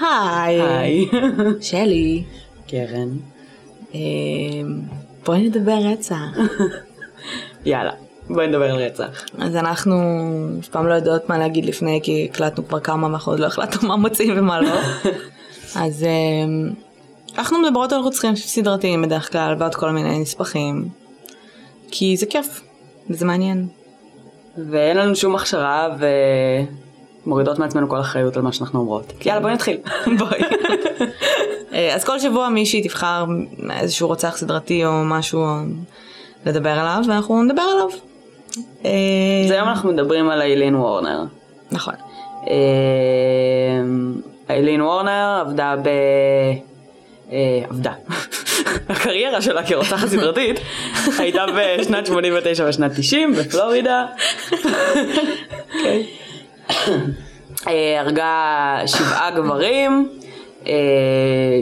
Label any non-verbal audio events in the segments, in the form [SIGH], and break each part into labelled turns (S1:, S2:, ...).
S1: היי.
S2: היי.
S1: שלי,
S2: קרן.
S1: אמ, בואי נדבר רצח.
S2: יאללה, בואי נדבר על רצח.
S1: אז אנחנו אף פעם לא יודעות מה להגיד לפני, כי הקלטנו כבר כמה ואנחנו עוד לא החלטנו מה מוצאים ומה לא. אז אמ, אנחנו מדברות על רוצחים סדרתיים בדרך כלל, ועוד כל מיני נספחים. כי זה כיף, וזה מעניין.
S2: ואין לנו שום הכשרה ומורידות מעצמנו כל אחריות על מה שאנחנו אומרות. יאללה, בואי נתחיל.
S1: בואי. אה, אז כל שבוע מישהי תבחר איזשהו רוצח סדרתי או משהו לדבר עליו, ואנחנו נדבר עליו. אה,
S2: אז היום אנחנו מדברים על איילין וורנר.
S1: נכון.
S2: אה, איילין וורנר עבדה ב... אה, עבדה. [LAUGHS] הקריירה שלה כרוצחת סדרתית הייתה בשנת 89 ושנת 90 בפלורידה. אה, הרגה שבעה גברים, אה,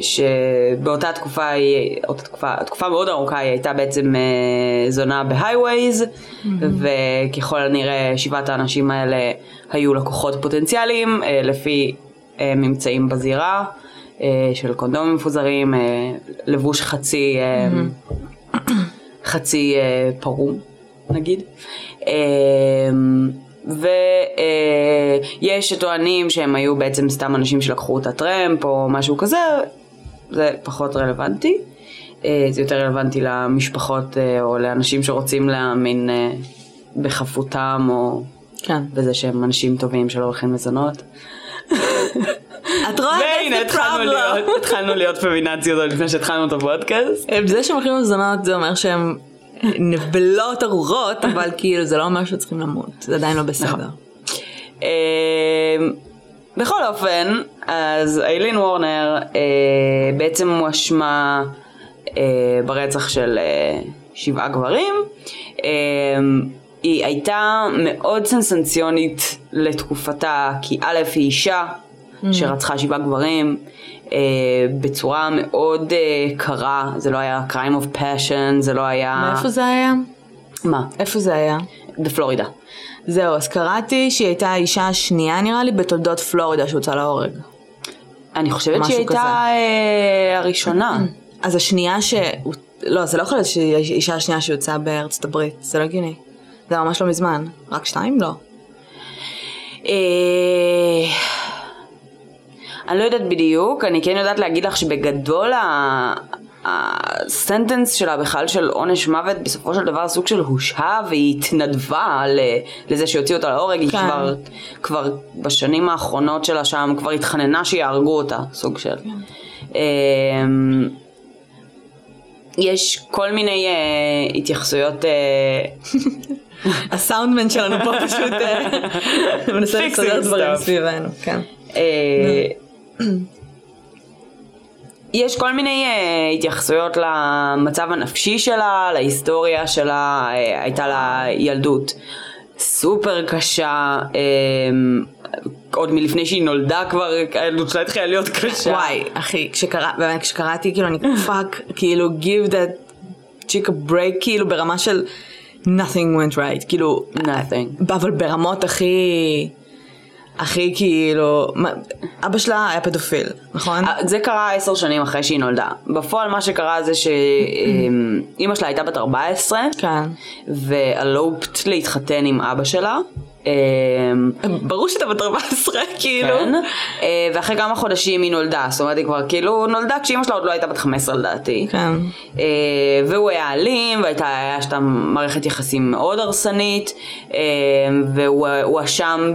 S2: שבאותה תקופה, היא- אותה תקופה, תקופה מאוד ארוכה היא הייתה בעצם אה, זונה בהייווייז, וככל הנראה שבעת האנשים האלה היו לקוחות פוטנציאליים, אה, לפי אה, ממצאים בזירה. אה, של קונדומים מפוזרים, אה, לבוש חצי אה, חצי אה, פרום נגיד. אה, ויש אה, שטוענים שהם היו בעצם סתם אנשים שלקחו את הטרמפ או משהו כזה, זה פחות רלוונטי. אה, זה יותר רלוונטי למשפחות אה, או לאנשים שרוצים להאמין אה, בחפותם או
S1: כן.
S2: בזה שהם אנשים טובים שלא הולכים לזונות.
S1: את רואה?
S2: והנה
S1: That's the
S2: התחלנו
S1: problem.
S2: להיות, התחלנו להיות פמינציות עוד לפני שהתחלנו את הפודקאסט.
S1: זה שהם הולכים לזונות זה אומר שהם נבלות [LAUGHS] ארורות, אבל כאילו זה לא אומר שצריכים למות, זה עדיין לא בסדר.
S2: אמ, בכל אופן, אז איילין וורנר אה, בעצם הואשמה אה, ברצח של אה, שבעה גברים. אה, היא הייתה מאוד סנסנציונית לתקופתה, כי א' היא אישה
S1: Mm.
S2: שרצחה שבעה גברים. אה, בצורה מאוד אה, קרה, זה לא היה crime of passion, זה לא היה...
S1: מאיפה זה היה?
S2: מה?
S1: אה. איפה זה היה?
S2: בפלורידה.
S1: זהו, אז קראתי שהיא הייתה האישה השנייה נראה לי בתולדות פלורידה שהוצאה להורג.
S2: אני חושבת
S1: משהו
S2: שהיא הייתה
S1: כזה.
S2: אה, הראשונה.
S1: אז השנייה ש... לא, זה לא יכול להיות שהיא האישה השנייה שיוצאה בארצות הברית, זה לא הגיוני. זה היה ממש לא מזמן. רק שתיים? לא.
S2: אה, אני לא יודעת בדיוק, אני כן יודעת להגיד לך שבגדול ה- הסנטנס שלה בכלל של עונש מוות בסופו של דבר סוג של הושעה והיא התנדבה ל- לזה שהוציאו אותה להורג, היא
S1: כן.
S2: כבר, כבר בשנים האחרונות שלה שם כבר התחננה שיהרגו אותה, סוג של. אה, יש כל מיני אה, התייחסויות אה,
S1: הסאונדמן שלנו [LAUGHS] פה פשוט אה, מנסה
S2: Fixing
S1: לסדר דברים
S2: stuff.
S1: סביבנו, כן.
S2: אה, [CLEARS THROAT] יש כל מיני אה, התייחסויות למצב הנפשי שלה, להיסטוריה שלה, אה, הייתה לה ילדות סופר קשה, אה, עוד מלפני שהיא נולדה כבר, הילדות שלה התחילה להיות קשה.
S1: וואי, אחי, כשקרא, באמת, כשקראתי, כאילו, אני פאק, כאילו, give that chick a break, כאילו, ברמה של nothing went right, כאילו,
S2: nothing.
S1: אבל ברמות הכי, הכי כאילו, מה- אבא שלה היה פדופיל, נכון?
S2: אה, זה קרה עשר שנים אחרי שהיא נולדה. בפועל מה שקרה זה שאימא שלה הייתה בת 14,
S1: כן.
S2: ואלופט להתחתן עם אבא שלה. אה,
S1: ברור שאתה בת 14, כאילו.
S2: כן. אה, ואחרי כמה חודשים היא נולדה, זאת אומרת היא כבר כאילו נולדה כשאימא שלה עוד לא הייתה בת 15 לדעתי.
S1: כן.
S2: אה, והוא היה אלים, והייתה היה שם מערכת יחסים מאוד הרסנית, אה, והוא הואשם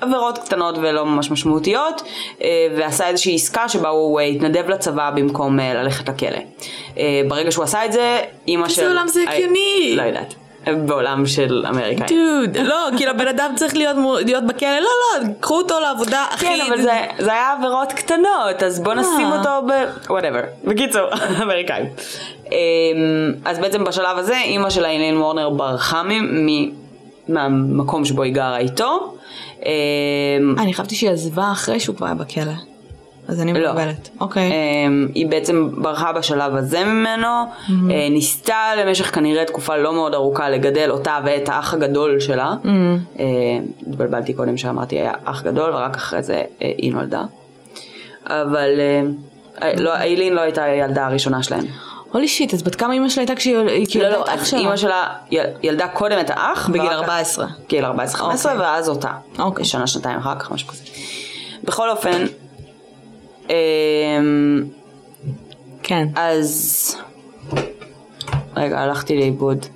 S2: בעבירות קטנות ולא ממש משמעותיות, אה, ועשה איזושהי עסקה שבה הוא אה, התנדב לצבא במקום אה, ללכת לכלא. אה, ברגע שהוא עשה את זה, אימא של...
S1: איזה עולם זה
S2: אה,
S1: הגיוני?
S2: לא יודעת. בעולם של אמריקאים.
S1: דוד, לא, כאילו הבן אדם צריך להיות, מו- להיות בכלא, לא, לא, קחו אותו לעבודה, אחי.
S2: כן, אבל זה, זה היה עבירות קטנות, אז בוא נשים אותו ב... וואטאבר. בקיצור, [LAUGHS] אמריקאים. אמ, אז בעצם בשלב הזה, אימא של איילין וורנר ברחה מ- מ- מהמקום שבו היא גרה איתו. אמ,
S1: אה, אני חשבתי שהיא עזבה אחרי שהוא כבר היה בכלא. אז אני
S2: לא.
S1: מקבלת. אוקיי.
S2: אמ, היא בעצם ברחה בשלב הזה ממנו, אה, ניסתה למשך כנראה תקופה לא מאוד ארוכה לגדל אותה ואת האח הגדול שלה. אה, התבלבלתי קודם שאמרתי היה אח גדול ורק אחרי זה אה, היא נולדה. אבל אה, לא, איילין לא הייתה הילדה הראשונה שלהם.
S1: הולי שיט, אז בת כמה אימא שלה הייתה כשהיא היא כאילו
S2: לא,
S1: ילדה
S2: לא,
S1: את אח
S2: אז
S1: שלה?
S2: אימא שלה יל- ילדה קודם את האח.
S1: בגיל
S2: ורק-
S1: 14.
S2: גיל 14, 15,
S1: אוקיי.
S2: ואז אותה.
S1: אוקיי.
S2: שנה, שנתיים אחר כך, משהו כזה. בכל אופן, אה,
S1: כן.
S2: אז... רגע, הלכתי לאיבוד.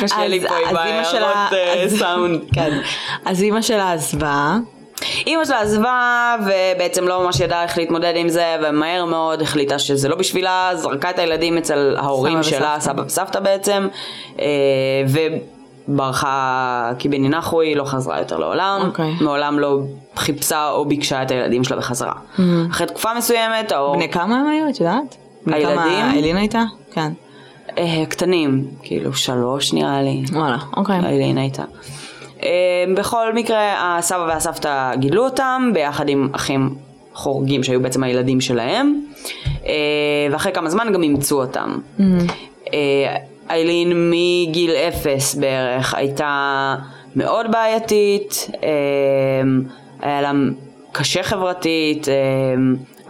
S2: קשה
S1: אז-
S2: לי פה
S1: אז
S2: עם
S1: אימא שלה-
S2: ההערות אה,
S1: אז-
S2: סאונד.
S1: כן. אז אימא שלה עזבה.
S2: אימא שלה עזבה ובעצם לא ממש ידעה איך להתמודד עם זה ומהר מאוד החליטה שזה לא בשבילה, זרקה את הילדים אצל
S1: סבא
S2: ההורים שלה,
S1: וסבתא.
S2: סבא וסבתא בעצם, אה, וברחה קיביני נחוי, לא חזרה יותר לעולם,
S1: אוקיי.
S2: מעולם לא חיפשה או ביקשה את הילדים שלה בחזרה. אחרי תקופה מסוימת, או
S1: Mm. בני כמה הם היו, את יודעת? בני כמה
S2: הילדים?
S1: אילין הייתה? כן.
S2: אה, קטנים, כאילו שלוש נראה לי,
S1: וואלה, אוקיי.
S2: אילין לא, הייתה. אה, בכל מקרה, הסבא והסבתא גידלו אותם ביחד עם אחים חורגים שהיו בעצם הילדים שלהם, אה, ואחרי כמה זמן גם אימצו אותם. אה, איילין מגיל אפס בערך הייתה מאוד בעייתית, אה, היה לה קשה חברתית, אה,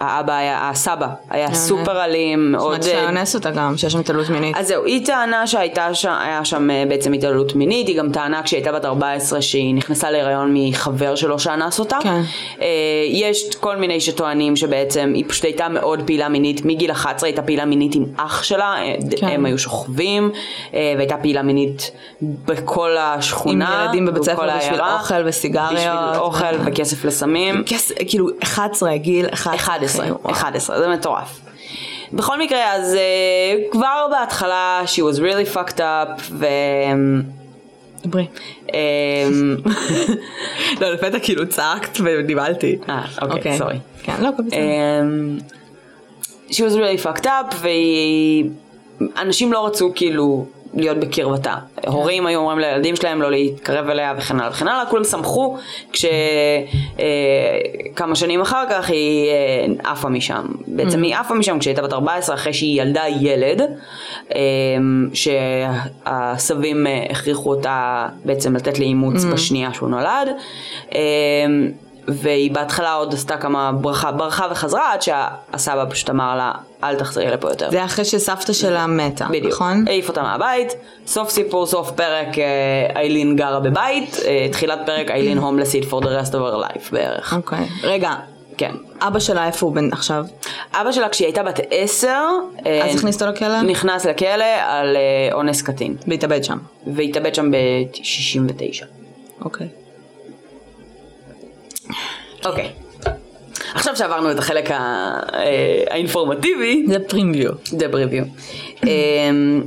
S2: האבא היה, הסבא היה סופר אלים,
S1: זאת
S2: מאוד
S1: אומרת
S2: אה,
S1: שאתה אונס אותה גם, שיש שם התעללות מינית.
S2: אז זהו, היא טענה שהייתה שם, היה שם אה, בעצם התעללות מינית, היא גם טענה כשהיא הייתה בת 14 שהיא נכנסה להיריון מחבר שלו שאנס אותה.
S1: כן.
S2: אה, יש כל מיני שטוענים שבעצם היא פשוט הייתה מאוד פעילה מינית, מגיל 11 הייתה פעילה מינית עם אח שלה, אה, ד-
S1: כן.
S2: הם היו שוכבים, אה, והייתה פעילה מינית בכל
S1: עם
S2: השכונה.
S1: ילדים בבית
S2: ובכל
S1: ספר בשביל
S2: העיירה.
S1: אוכל וסיגריות.
S2: בשביל אוכל וכסף לסמים.
S1: כס- כאילו 11, גיל
S2: 11,
S1: אוקיי,
S2: 11, זה מטורף. בכל מקרה, אז uh, כבר בהתחלה, she was really fucked up, ו...
S1: דברי.
S2: Um,
S1: לא, לפתע כאילו צעקת ונבהלתי.
S2: אה, אוקיי, סורי.
S1: כן, לא, הכל בסדר.
S2: um, she was really fucked up, ואנשים לא רצו כאילו להיות בקרבתה. הורים היו אומרים לילדים שלהם לא להתקרב אליה וכן הלאה וכן הלאה, כולם שמחו כשכמה שנים אחר כך היא אה, עפה משם. בעצם היא עפה משם כשהייתה בת 14 אחרי שהיא ילדה ילד, אה, שהסבים אה, הכריחו אותה בעצם לתת לאימוץ בשנייה שהוא נולד. אה, והיא בהתחלה עוד עשתה כמה ברכה, ברכה וחזרה עד שהסבא פשוט אמר לה אל תחזרי לפה יותר.
S1: זה אחרי שסבתא שלה מתה,
S2: בדיוק.
S1: נכון?
S2: העיף אותה מהבית, סוף סיפור, סוף פרק, אה, איילין גרה בבית, אה, תחילת פרק איילין הומלסית for the rest of her life בערך.
S1: אוקיי. רגע,
S2: כן.
S1: אבא שלה איפה הוא בן עכשיו?
S2: אבא שלה כשהיא הייתה בת עשר, אה,
S1: אז הכניס אותו לכלא?
S2: נכנס לכלא על אה, אונס קטין,
S1: והתאבד שם.
S2: והתאבד שם ב-69.
S1: אוקיי.
S2: אוקיי. עכשיו שעברנו את החלק ה- אה, האינפורמטיבי,
S1: זה פרימיו.
S2: The preview. אמ,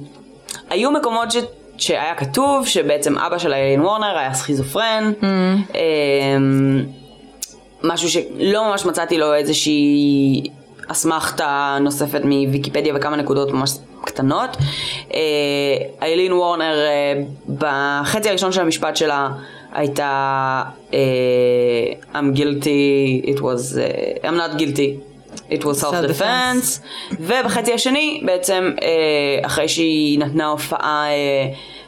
S2: היו מקומות ש... שהיה כתוב שבעצם אבא של איילין וורנר היה סכיזופרן, אמ, משהו שלא ממש מצאתי לו איזושהי אסמכתה נוספת מוויקיפדיה וכמה נקודות ממש קטנות. אה, איילין וורנר אה, בחצי הראשון של המשפט שלה הייתה אה, I'm guilty, it was, אה, I'm not guilty, it was self-defense.
S1: Self-defense.
S2: ובחצי השני בעצם אה, אחרי שהיא נתנה הופעה אה,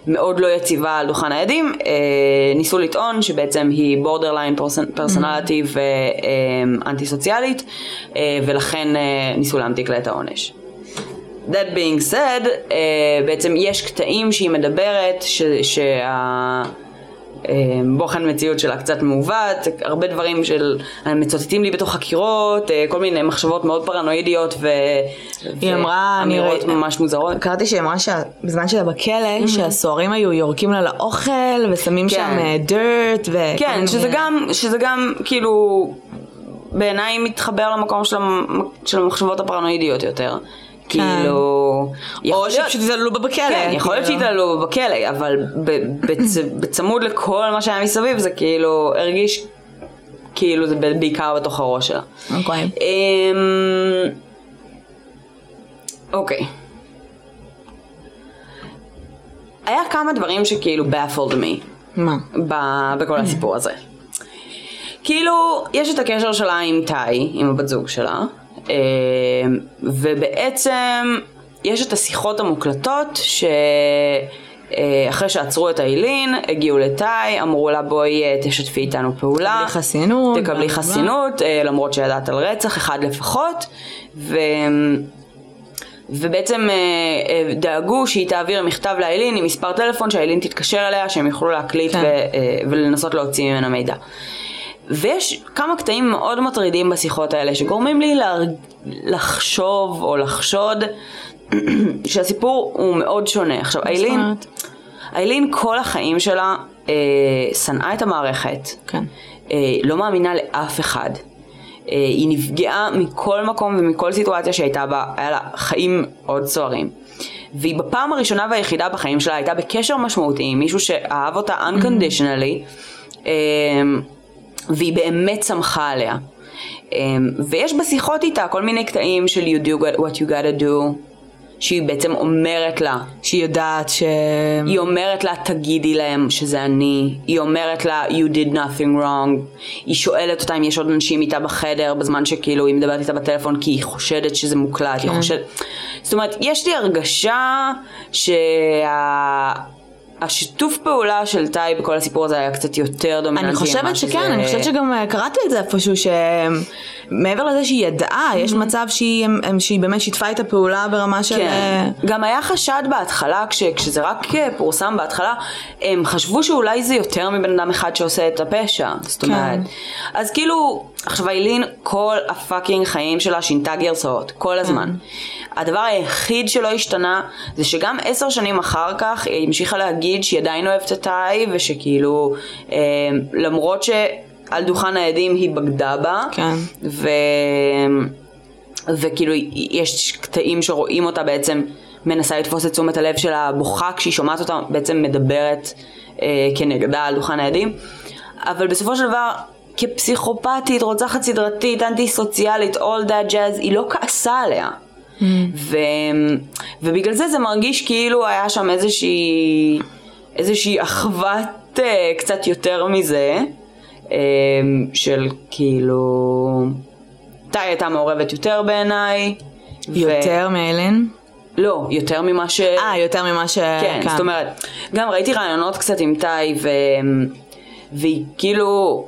S2: מאוד לא יציבה על דוכן העדים אה, ניסו לטעון שבעצם היא בורדרליין פרסונליטי ואנטי סוציאלית אה, ולכן אה, ניסו להמתיק לה את העונש. That being said, uh, בעצם יש קטעים שהיא מדברת שהבוחן מציאות שלה קצת מעוות, הרבה דברים של אה, מצוטטים לי בתוך חקירות, אה, כל מיני מחשבות מאוד פרנואידיות ו...
S1: היא אמרה, אני
S2: אמירות
S1: ראי-
S2: ממש מוזרות.
S1: קראתי שהיא אמרה שבזמן שלה בכלא, שהסוהרים היו יורקים לה לאוכל ושמים
S2: כן.
S1: שם אה, דירט ו... כל
S2: כן,
S1: מיני-
S2: שזה גם, שזה גם כאילו בעיניי מתחבר למקום של, המ... של המחשבות הפרנואידיות יותר. כאילו... יכול
S1: כן. או
S2: להיות-
S1: שפשוט התעללו בה בכלא.
S2: כן, יכול להיות
S1: כאילו.
S2: שהתעללו בו בכלא, אבל ב- בצ- [LAUGHS] בצמוד לכל מה שהיה מסביב, זה כאילו הרגיש כאילו זה ב- בעיקר בתוך הראש שלה.
S1: אוקיי.
S2: אמ, אוקיי. היה כמה דברים שכאילו baffled me.
S1: מה?
S2: ב- בכל הסיפור הזה. כאילו, יש את הקשר שלה עם טאי, עם הבת זוג שלה, אה, ובעצם יש את השיחות המוקלטות ש... אה, אחרי שעצרו את איילין, הגיעו לטאי, אמרו לה בואי אה, תשתפי איתנו פעולה.
S1: תקבלי חסינות, בלה,
S2: תקבלי
S1: בלה, בלה.
S2: חסינות, אה, למרות שידעת על רצח, אחד לפחות. ו... ובעצם אה, אה, דאגו שהיא תעביר מכתב לאיילין עם מספר טלפון שהאיילין תתקשר אליה שהם יוכלו להקליט
S1: כן.
S2: ו, אה, ולנסות להוציא ממנה מידע. ויש כמה קטעים מאוד מטרידים בשיחות האלה שגורמים לי להר... לחשוב או לחשוד [CLEARS THROAT] שהסיפור הוא מאוד שונה. עכשיו
S1: מה זאת
S2: איילין,
S1: אומרת?
S2: איילין כל החיים שלה אה, שנאה את המערכת.
S1: כן.
S2: אה, לא מאמינה לאף אחד. אה, היא נפגעה מכל מקום ומכל סיטואציה שהייתה בה, היה לה חיים מאוד סוערים. והיא בפעם הראשונה והיחידה בחיים שלה הייתה בקשר משמעותי עם מישהו שאהב אותה unconditionally, אה, והיא באמת שמחה עליה. אה, ויש בשיחות איתה כל מיני קטעים של you do got- what you gotta do, שהיא בעצם אומרת לה,
S1: שהיא יודעת ש... אמ,
S2: היא אומרת לה, תגידי להם שזה אני. היא אומרת לה, you did nothing wrong. היא שואלת אותה אם יש עוד אנשים איתה בחדר, בזמן שכאילו היא מדברת איתה בטלפון, כי היא חושדת שזה מוקלט. היא
S1: כן.
S2: חושדת... זאת אומרת, יש לי הרגשה שה... השיתוף פעולה של טאי בכל הסיפור הזה היה קצת יותר דומיננטי.
S1: אני
S2: ממה
S1: חושבת
S2: שזה-
S1: שכן, אני חושבת שגם אה, קראתי את זה איפשהו, שמעבר לזה שהיא ידעה, יש מצב שהיא הם- שהיא באמת שיתפה את הפעולה ברמה של... אה,
S2: כן. גם היה חשד בהתחלה, כש, כשזה רק אה, פורסם בהתחלה, הם חשבו שאולי זה יותר מבן אדם אחד שעושה את הפשע. זאת
S1: כן.
S2: אומרת. אז כאילו, עכשיו איילין, כל הפאקינג חיים שלה שינתה גרסאות, כל
S1: כן.
S2: הזמן. הדבר היחיד שלא השתנה, זה שגם עשר שנים אחר כך, היא המשיכה להגיד שהיא עדיין אוהבת את האי, ושכאילו, אה, למרות שעל דוכן העדים היא בגדה בה,
S1: כן.
S2: ו... וכאילו יש קטעים שרואים אותה בעצם מנסה לתפוס את תשומת הלב שלה בוכה כשהיא שומעת אותה בעצם מדברת אה, כנגדה על דוכן העדים אבל בסופו של דבר כפסיכופתית, רוצחת סדרתית, אנטי סוציאלית, all that jazz, היא לא כעסה עליה ו... ובגלל זה זה מרגיש כאילו היה שם איזושהי, איזושהי אחוות אה, קצת יותר מזה, אה, של כאילו... טאי הייתה מעורבת יותר בעיניי. ו-
S1: יותר מאלן?
S2: לא, יותר ממה ש...
S1: אה, יותר ממה ש...
S2: כן, זאת אומרת, גם ראיתי רעיונות קצת עם טאי, ו... אמ, והיא כאילו,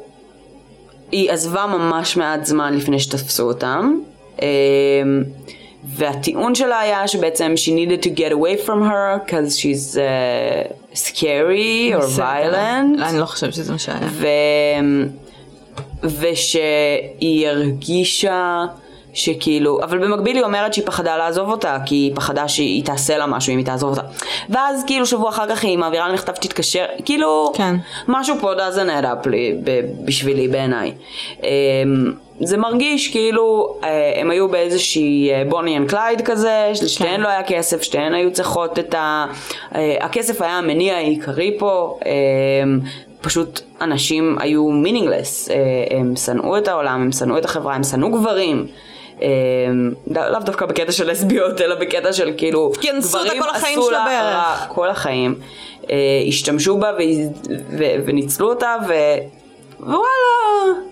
S2: היא עזבה ממש מעט זמן לפני שתפסו אותם, אמ, והטיעון שלה היה שבעצם she needed to get away from her, because she's uh, scary or
S1: בסדר.
S2: violent.
S1: לא, אני לא חושבת שזה מה שהיה.
S2: ו... ושהיא הרגישה שכאילו, אבל במקביל היא אומרת שהיא פחדה לעזוב אותה, כי היא פחדה שהיא תעשה לה משהו אם היא תעזוב אותה. ואז כאילו שבוע אחר כך היא מעבירה לה מכתב שתתקשר, כאילו,
S1: כן.
S2: משהו פה doesn't add up לי, ב- בשבילי בעיניי. אמ, זה מרגיש כאילו אה, הם היו באיזושהי אה, בוני אנד קלייד כזה,
S1: כן.
S2: לשתיהן לא היה כסף, שתיהן היו צריכות את ה... אה, הכסף היה המניע העיקרי פה, אמ, פשוט אנשים היו מינינגלס, הם שנאו את העולם, הם שנאו את החברה, הם שנאו גברים. אמ, לא- לאו דווקא בקטע של לסביות, אלא בקטע של כאילו,
S1: כינסו אותה
S2: גברים
S1: כל החיים
S2: עשו
S1: שלה
S2: לה
S1: בערך.
S2: רע, כל החיים, אה, השתמשו בה ו- ו- וניצלו אותה, ו... ווואלה,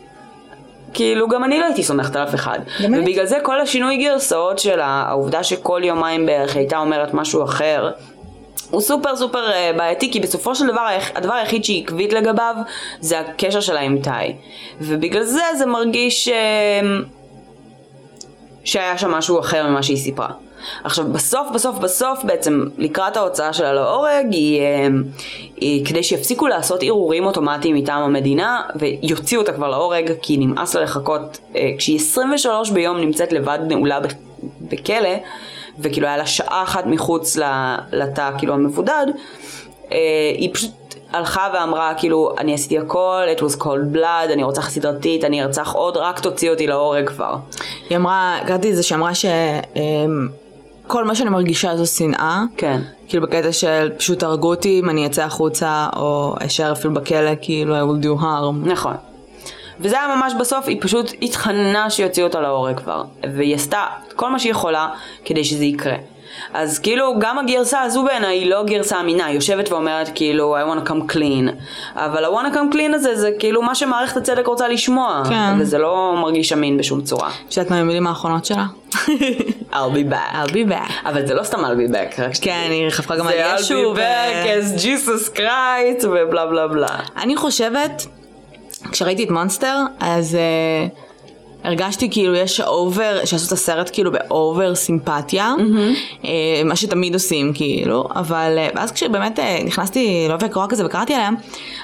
S2: כאילו גם אני לא הייתי סומכת על אף אחד.
S1: גם אני.
S2: ובגלל זה כל השינוי גרסאות שלה, העובדה שכל יומיים בערך הייתה אומרת משהו אחר, הוא סופר סופר אה, בעייתי, כי בסופו של דבר היח- הדבר היחיד שהיא עקבית לגביו זה הקשר שלה עם טאי. ובגלל זה זה מרגיש אה, שהיה שם משהו אחר ממה שהיא סיפרה. עכשיו בסוף בסוף בסוף בעצם לקראת ההוצאה שלה להורג היא, אה, היא כדי שיפסיקו לעשות ערעורים אוטומטיים מטעם המדינה ויוציאו אותה כבר להורג כי נמאס לה לחכות אה, כשהיא 23 ביום נמצאת לבד נעולה ב- בכלא וכאילו היה לה שעה אחת מחוץ ל- לתא כאילו המבודד אה, היא פשוט הלכה ואמרה כאילו אני עשיתי הכל, it was cold blood, אני רוצח סדרתית, אני ארצח עוד, רק תוציא אותי להורג כבר.
S1: היא אמרה, קראתי את זה שאמרה שכל מה שאני מרגישה זו שנאה.
S2: כן.
S1: כאילו בקטע של פשוט הרגו אותי אם אני אצא החוצה או אשאר אפילו בכלא כאילו I will do harm.
S2: נכון. וזה היה ממש בסוף, היא פשוט התחננה שיוציאו אותה להורג כבר. והיא עשתה את כל מה שהיא יכולה כדי שזה יקרה. אז כאילו, גם הגרסה הזו בעיניי היא לא גרסה אמינה, היא יושבת ואומרת כאילו, I want to come clean. אבל ה- want to come clean הזה זה כאילו מה שמערכת הצדק רוצה לשמוע.
S1: כן.
S2: וזה לא מרגיש אמין בשום צורה.
S1: את יודעת מה המילים האחרונות שלה?
S2: [LAUGHS] I'll be back.
S1: I'll be back.
S2: אבל זה לא סתם I'll be back. רק
S1: כן, היא חפרה גם על
S2: זה I'll
S1: ישו. ו-
S2: be back as Jesus Christ ובלה בלה בלה.
S1: אני חושבת, כשראיתי את מונסטר, אז אה, הרגשתי כאילו יש אובר, שעשו את הסרט כאילו באובר סימפתיה,
S2: Mm-hmm.
S1: אה, מה שתמיד עושים כאילו, אבל אה, ואז כשבאמת אה, נכנסתי לעובי הקורה כזה וקראתי עליה,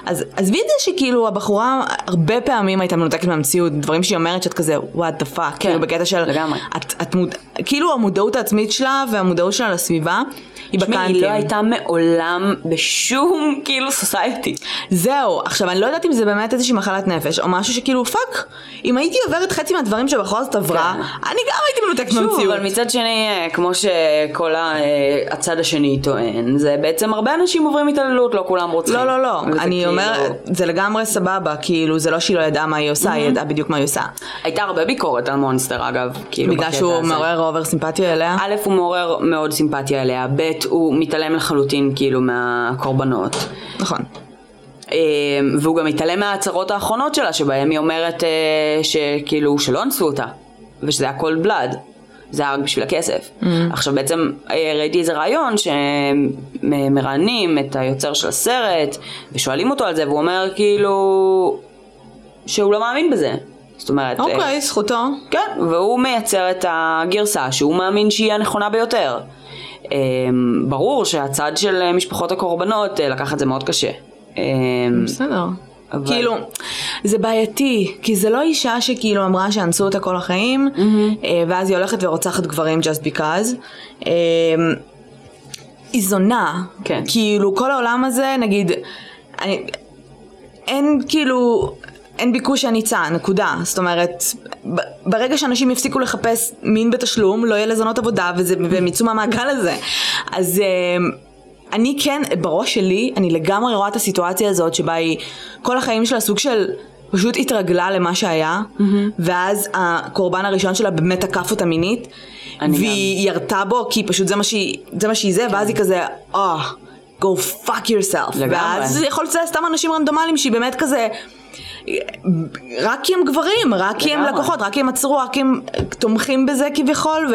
S1: אז עזבי את זה שכאילו הבחורה הרבה פעמים הייתה מנותקת מהמציאות, דברים שהיא אומרת שאת כזה what the fuck, כאילו בקטע של,
S2: כן, לגמרי.
S1: את, את מוד... כאילו המודעות העצמית שלה והמודעות שלה לסביבה, היא
S2: תשמעי,
S1: בקאנטים.
S2: היא לא הייתה מעולם בשום כאילו סוסייטי.
S1: זהו, עכשיו אני לא יודעת אם זה באמת איזושהי מחלת נפש, או משהו שכאילו פאק, אם הייתי עוברת חצי מהדברים שבכל זאת עברה, אני גם הייתי מנותקת
S2: כן. שוב,
S1: מהמציאות.
S2: אבל מצד שני, אה, כמו שכל ה- אה, הצד השני טוען, זה בעצם הרבה אנשים עוברים התעללות, לא כולם רוצים.
S1: לא, לא, לא,
S2: וזה
S1: אני
S2: כאילו-
S1: אומרת, זה לגמרי סבבה, כאילו, זה לא שהיא לא ידעה מה היא עושה, היא ידעה בדיוק מה היא עושה.
S2: הייתה הרבה ביקורת על מונסטר אגב, כאילו
S1: בגלל
S2: בקטע
S1: שהוא
S2: הזה.
S1: מעורר אובר סימפתיה אליה.
S2: א', הוא מעורר מאוד סימפתיה אליה, ב', הוא מתעלם לחלוטין כאילו מהקורבנות.
S1: נכון.
S2: אה, והוא גם מתעלם מההצהרות האחרונות שלה, שבהם היא אומרת אה, שכאילו, שלא אנסו אותה, ושזה הכל בלאד. זה היה רק בשביל הכסף. Mm-hmm. עכשיו בעצם אה, ראיתי איזה רעיון שמרענים את היוצר של הסרט ושואלים אותו על זה והוא אומר כאילו שהוא לא מאמין בזה. זאת אומרת, אה,
S1: אוקיי, זכותו.
S2: כן, והוא מייצר את הגרסה שהוא מאמין שהיא הנכונה ביותר. אמ, ברור שהצד של אה, משפחות הקורבנות אה, לקח את זה מאוד קשה. אמ,
S1: בסדר.
S2: אבל-
S1: כאילו, זה בעייתי, כי זה לא אישה שכאילו אמרה שאנסו אותה כל החיים, אה, ואז היא הולכת ורוצחת גברים just because. אה, היא זונה.
S2: כן.
S1: כאילו, כל העולם הזה, נגיד, אני, אין כאילו... אין ביקוש הניצה, נקודה. זאת אומרת, ב- ברגע שאנשים יפסיקו לחפש מין בתשלום, לא יהיה לזונות עבודה, וזה- והם יצאו מהמעגל הזה. אז אמ, אני כן, בראש שלי, אני לגמרי רואה את הסיטואציה הזאת שבה היא, כל החיים שלה סוג של, פשוט התרגלה למה שהיה,
S2: Mm-hmm.
S1: ואז הקורבן הראשון שלה באמת תקף אותה מינית,
S2: אני
S1: והיא ירתה בו, כי פשוט זה מה שהיא, זה, מה שהיא זה ואז היא כזה, אה, go fuck yourself.
S2: לגמרי.
S1: ואז יכול להיות שזה סתם אנשים רנדומליים שהיא באמת כזה... רק כי הם גברים, רק כי הם
S2: לגמרי.
S1: לקוחות, רק כי הם עצרו, רק כי הם תומכים בזה כביכול,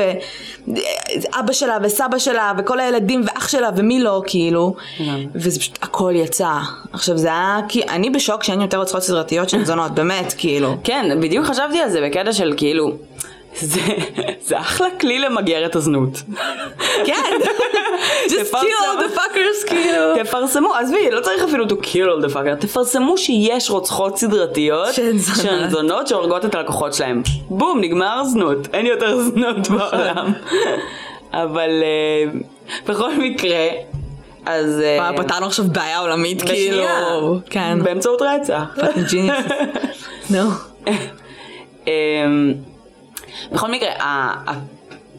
S1: ואבא שלה וסבא שלה וכל הילדים ואח שלה ומי לא, כאילו,
S2: לגמרי.
S1: וזה פשוט הכל יצא. עכשיו זה היה, כי אני בשוק שאין יותר רוצחות סדרתיות של זונות, באמת, כאילו.
S2: כן, בדיוק חשבתי על זה בקטע של כאילו, זה, זה אחלה כלי למגר את הזנות. [LAUGHS]
S1: כן, just
S2: תפרסם.
S1: kill the fuckers,
S2: [LAUGHS]
S1: כאילו.
S2: תפרסמו, עזבי, לא צריך אפילו to kill all the fucker, תפרסמו שיש רוצחות סדרתיות
S1: שהן זונות.
S2: שהן זונות שהורגות את הלקוחות שלהם. בום, נגמר זנות, אין יותר זנות
S1: נכון.
S2: בעולם. אבל אה, בכל מקרה, אז... אה,
S1: וואי, פתרנו עכשיו בעיה עולמית, כאילו.
S2: בשנייה,
S1: כן.
S2: באמצעות רצח.
S1: פאקינג
S2: [LAUGHS]
S1: ג'יניוס. נו.
S2: אמ, בכל מקרה, ה- ה-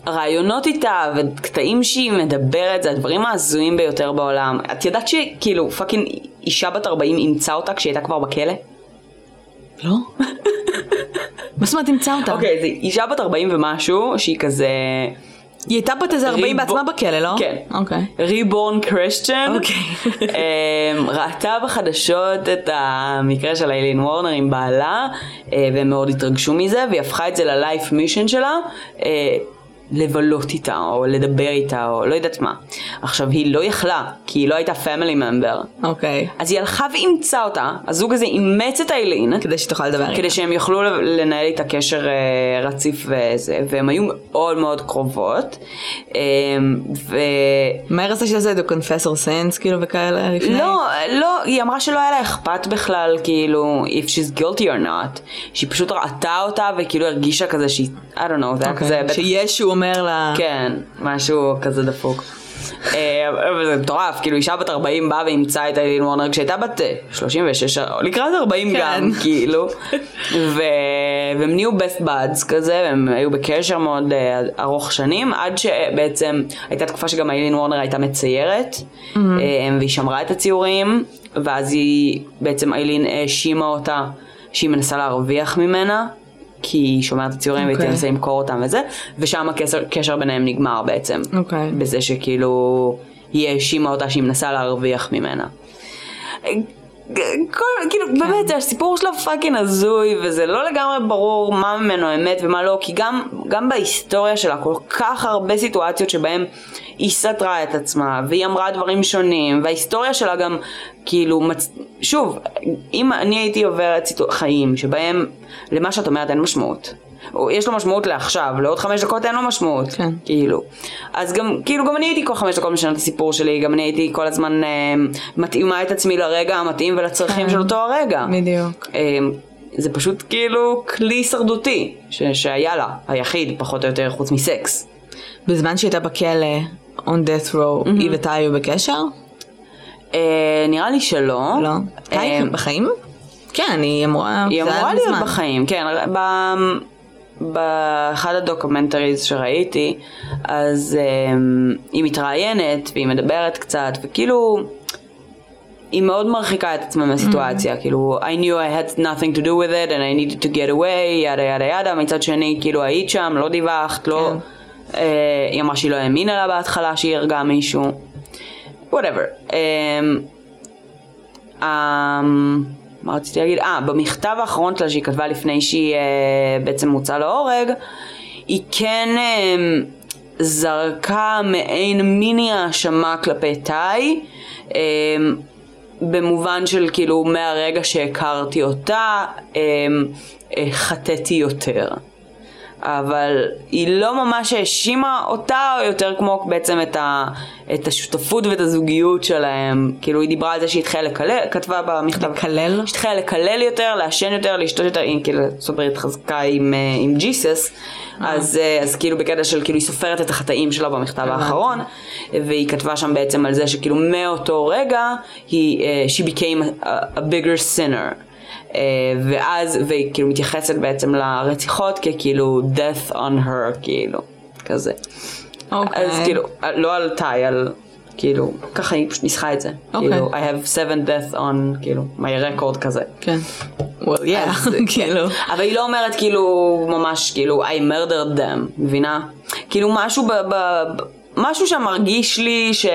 S2: הרעיונות איתה וקטעים שהיא מדברת זה הדברים ההזויים ביותר בעולם. את ידעת שכאילו פאקינג אישה בת 40 אימצה אותה כשהיא הייתה כבר בכלא?
S1: לא? מה זאת אומרת תמצא אותה?
S2: אוקיי, זו אישה בת 40 ומשהו שהיא כזה
S1: היא הייתה בת איזה 40
S2: ריבו-
S1: בעצמה בכלא, לא?
S2: כן.
S1: אוקיי.
S2: reborn Christian.
S1: אוקיי.
S2: [LAUGHS] אמ, ראתה בחדשות את המקרה של איילין וורנר עם בעלה אה, והם מאוד התרגשו מזה והיא הפכה את זה ללייף מישן שלה. אה, לבלות איתה או לדבר איתה או לא יודעת מה. עכשיו היא לא יכלה כי היא לא הייתה family member
S1: אוקיי.
S2: אז היא הלכה ואימצה אותה, הזוג הזה אימץ את איילין
S1: כדי שתוכל לדבר.
S2: כדי שהם יוכלו לנהל איתה קשר אה, רציף וזה, והן היו מאוד מאוד קרובות. אה, ו...
S1: מה היא רצתה שזה יעשה? קונפסור סנס כאילו וכאלה לפני?
S2: לא, לא, היא אמרה שלא היה לה אכפת בכלל, כאילו, if she's guilty or not. שהיא פשוט ראתה אותה וכאילו הרגישה כזה שהיא, I don't know, זה היה כזה,
S1: אוקיי.
S2: בטח-
S1: שישו אומר לה...
S2: כן, משהו כזה דפוק. אה, אבל זה מטורף, כאילו אישה בת 40 באה ואימצה את איילין וורנר כשהייתה בת אה, 36, או לקראת 40
S1: כן.
S2: גם, כאילו. ו... והם נהיו best buds כזה, הם היו בקשר מאוד אה, ארוך שנים, עד שבעצם הייתה תקופה שגם איילין וורנר הייתה מציירת, אה, והיא שמרה את הציורים, ואז היא, בעצם איילין האשימה אותה שהיא מנסה להרוויח ממנה. כי היא שומרת את הציורים והיא
S1: אוקיי.
S2: תנסה למכור אותם וזה, ושם הקשר קשר ביניהם נגמר בעצם.
S1: אוקיי.
S2: בזה שכאילו היא האשימה אותה שהיא מנסה להרוויח ממנה. כל, כאילו, כן. באמת, הסיפור שלו פאקינג הזוי, וזה לא לגמרי ברור מה ממנו אמת ומה לא, כי גם, גם בהיסטוריה שלה כל כך הרבה סיטואציות שבהן היא סתרה את עצמה, והיא אמרה דברים שונים, וההיסטוריה שלה גם, כאילו, מצ... שוב, אם אני הייתי עוברת סיטוא... חיים שבהם למה שאת אומרת אין משמעות, או יש לו משמעות לעכשיו, לעוד חמש דקות אין לו משמעות.
S1: כן.
S2: כאילו. אז גם, כאילו, גם אני הייתי כל חמש דקות משנה את הסיפור שלי, גם אני הייתי כל הזמן אה, מתאימה את עצמי לרגע המתאים ולצרכים
S1: כן.
S2: של אותו הרגע.
S1: בדיוק.
S2: אה, זה פשוט כאילו כלי הישרדותי, ש- שהיה לה, היחיד, פחות או יותר, חוץ מסקס.
S1: בזמן שהייתה בכלא, on death row, היא וטה היו בקשר?
S2: אה, נראה לי שלא.
S1: לא. טה
S2: אה,
S1: היא בחיים? כן, היא אמורה...
S2: היא
S1: זה היה
S2: אמורה להיות
S1: מזמן.
S2: בחיים, כן, ב... באחד הדוקומנטריז שראיתי, אז um, היא מתראיינת והיא מדברת קצת, וכאילו, היא מאוד מרחיקה את עצמה
S1: Mm-hmm.
S2: מהסיטואציה, כאילו, I knew I had nothing to do with it and I needed to get away, ידה ידה ידה, מצד שני, כאילו, היית שם, לא דיווחת, לא...
S1: כן.
S2: Uh, היא אמרה שהיא לא האמינה לה בהתחלה שהיא הרגה מישהו, whatever. Um, אמ, מה רציתי להגיד? אה, במכתב האחרון שלה שהיא כתבה לפני שהיא אה, בעצם הוצאה להורג, היא כן אה, זרקה מעין מיני האשמה כלפי תאי, אה, במובן של כאילו מהרגע שהכרתי אותה, אה, אה, חטאתי יותר. אבל היא לא ממש האשימה אותה, או יותר כמו בעצם את, ה, את השותפות ואת הזוגיות שלהם. כאילו היא דיברה על זה שהיא התחילה לקלל, כתבה במכתב.
S1: לקלל?
S2: שהיא התחילה לקלל יותר, לעשן יותר, לשתות יותר, היא כאילו, זאת אומרת, התחזקה עם, אה, עם ג'יסס. אז, אה, אז כאילו בקטע של כאילו היא סופרת את החטאים שלה במכתב האחרון, והיא כתבה שם בעצם על זה שכאילו מאותו רגע, היא, אה, she became a, a bigger sinner. אה, ואז, והיא כאילו מתייחסת בעצם לרציחות ככאילו death on her, כאילו, כזה.
S1: אוקיי.
S2: אז כאילו, לא על תאי, על כאילו, ככה היא פשוט ניסחה את זה.
S1: אוקיי.
S2: כאילו, I have seven death on, כאילו, my record כזה.
S1: כן. well,
S2: אז,
S1: yeah,
S2: [LAUGHS]
S1: כאילו.
S2: אבל היא לא אומרת כאילו, ממש כאילו, I murdered them, מבינה? כאילו משהו ב... ב, ב משהו שמרגיש לי ש...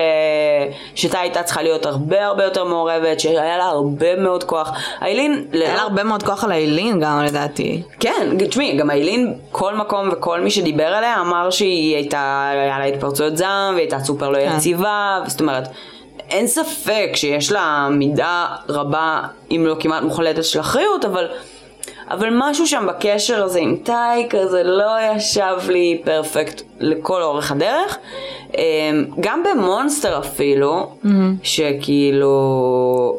S2: שתה הייתה צריכה להיות הרבה הרבה יותר מעורבת, שהיה לה הרבה מאוד כוח. איילין,
S1: היה לה הרבה מאוד כוח על האילין גם לדעתי.
S2: כן, תשמעי, גם איילין, כל מקום וכל מי שדיבר עליה אמר שהיא הייתה, היה לה התפרצויות זעם, והיא הייתה סופר לא
S1: כן.
S2: יציבה, זאת אומרת, אין ספק שיש לה מידה רבה, אם לא כמעט מוחלטת של אחריות, אבל, אבל משהו שם בקשר הזה עם טאי כזה לא ישב לי פרפקט לכל אורך הדרך. אמ, גם במונסטר אפילו, שכאילו...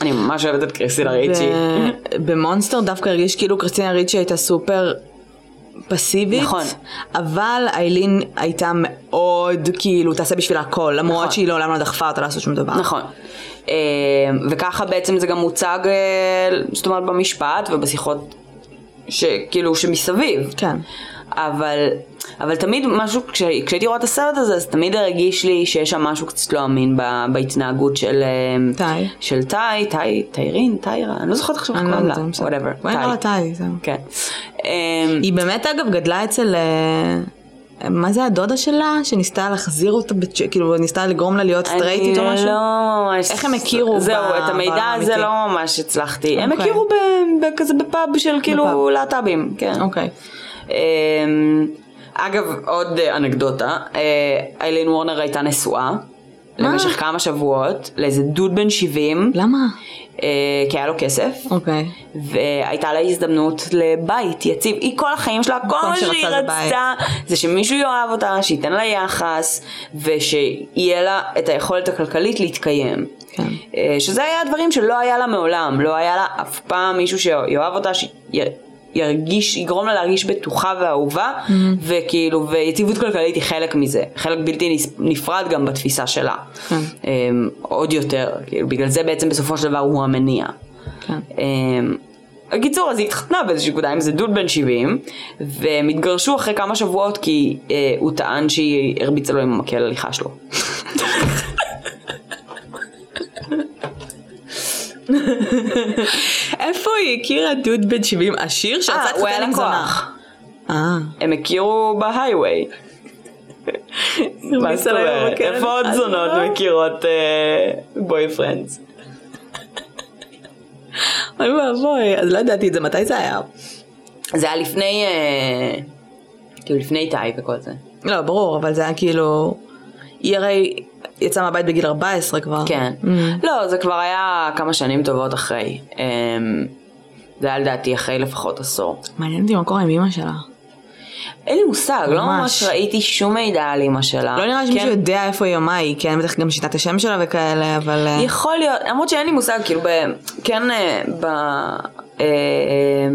S2: אני ממש אוהבת את קריסילה ריצ'י.
S1: ב- במונסטר דווקא הרגיש כאילו קריסטינה ריצ'י הייתה סופר פסיבית,
S2: נכון.
S1: אבל איילין הייתה מאוד כאילו תעשה בשבילה הכל, למרות
S2: נכון.
S1: שהיא לעולם לא דחפה אותה לעשות שום דבר.
S2: נכון. אה, וככה בעצם זה גם מוצג, אה, זאת אומרת, במשפט ובשיחות שכאילו שמסביב.
S1: כן.
S2: אבל, אבל תמיד משהו, כש, כשהייתי רואה את הסרט הזה, אז תמיד הרגיש לי שיש שם משהו קצת לא אמין ב, בהתנהגות של... אה,
S1: תאי.
S2: של תאי, תאי, תאירין, תאירה, אני לא זוכרת עכשיו איך
S1: אני לא
S2: קוראים לה,
S1: יודעת, זה בסדר.
S2: whatever,
S1: בואי נראה לתאי, זהו.
S2: כן. אה,
S1: היא באמת אגב גדלה אצל... אה, מה זה הדודה שלה שניסתה להחזיר אותה, בצ'- כאילו ניסתה לגרום לה להיות סטרייטית או משהו?
S2: אני לא...
S1: איך הם הכירו
S2: זהו,
S1: ב-
S2: את המידע הזה
S1: באמיתי?
S2: לא ממש הצלחתי. הם
S1: אוקיי.
S2: הכירו ב- ב- כזה בפאב של כאילו
S1: בפאב.
S2: להט"בים, כן.
S1: אוקיי.
S2: אמ, אגב, עוד אה, אנקדוטה, אה, איילין וורנר הייתה נשואה.
S1: מה?
S2: למשך כמה שבועות, לאיזה דוד בן 70,
S1: למה?
S2: אה, כי היה לו כסף,
S1: אוקיי.
S2: והייתה לה הזדמנות לבית יציב. היא כל החיים שלה, כל
S1: כל
S2: מה
S1: שרצה
S2: שהיא
S1: זה
S2: רצתה, זה שמישהו יאהב אותה, שייתן לה יחס, ושיהיה לה את היכולת הכלכלית להתקיים.
S1: כן.
S2: אה, שזה היה הדברים שלא היה לה מעולם, לא היה לה אף פעם מישהו שיאהב אותה, שירגיש, יגרום לה להרגיש בטוחה ואהובה,
S1: Mm-hmm.
S2: וכאילו, ויציבות כלכלית היא חלק מזה, חלק בלתי נס- נפרד גם בתפיסה שלה.
S1: כן.
S2: אה, עוד יותר, כאילו, בגלל זה בעצם בסופו של דבר הוא המניע.
S1: כן.
S2: אמ, בקיצור, אז היא התחתנה באיזושהי נקודה עם איזה דוד בן 70, והם התגרשו אחרי כמה שבועות כי אה, הוא טען שהיא הרביצה לו עם המקל הליכה שלו.
S1: איפה היא הכירה דוד בן 70 עשיר
S2: אה,
S1: שרצה
S2: הוא היה
S1: להתחתן עם זונה?
S2: לקוח.
S1: אה,
S2: הם הכירו בהיי-ווי. מה זאת
S1: הרביצה להם עם
S2: אומרת?
S1: המקל
S2: איפה עוד אה,
S1: הליכה
S2: זונות
S1: שלו?
S2: מכירות בוי פרנדס?
S1: אוי ואבוי, אז לא ידעתי את זה, מתי זה היה?
S2: זה היה לפני, אה, כאילו לפני טאי וכל זה.
S1: לא, ברור, אבל זה היה כאילו... היא הרי יצאה מהבית בגיל 14 כבר.
S2: כן.
S1: Mm.
S2: לא, זה כבר היה כמה שנים טובות אחרי. אמ, זה היה לדעתי אחרי לפחות עשור.
S1: מעניין אותי מה קורה עם אמא שלה.
S2: אין לי מושג, לא
S1: ממש.
S2: ממש ראיתי שום מידע על אימא שלה.
S1: לא נראה לי
S2: כן,
S1: שמישהו יודע איפה היא ומה היא, כן, בטח גם שיטת השם שלה וכאלה, אבל... אה,
S2: יכול להיות, למרות שאין לי מושג, כאילו, ב, כן, אה, ב, אה,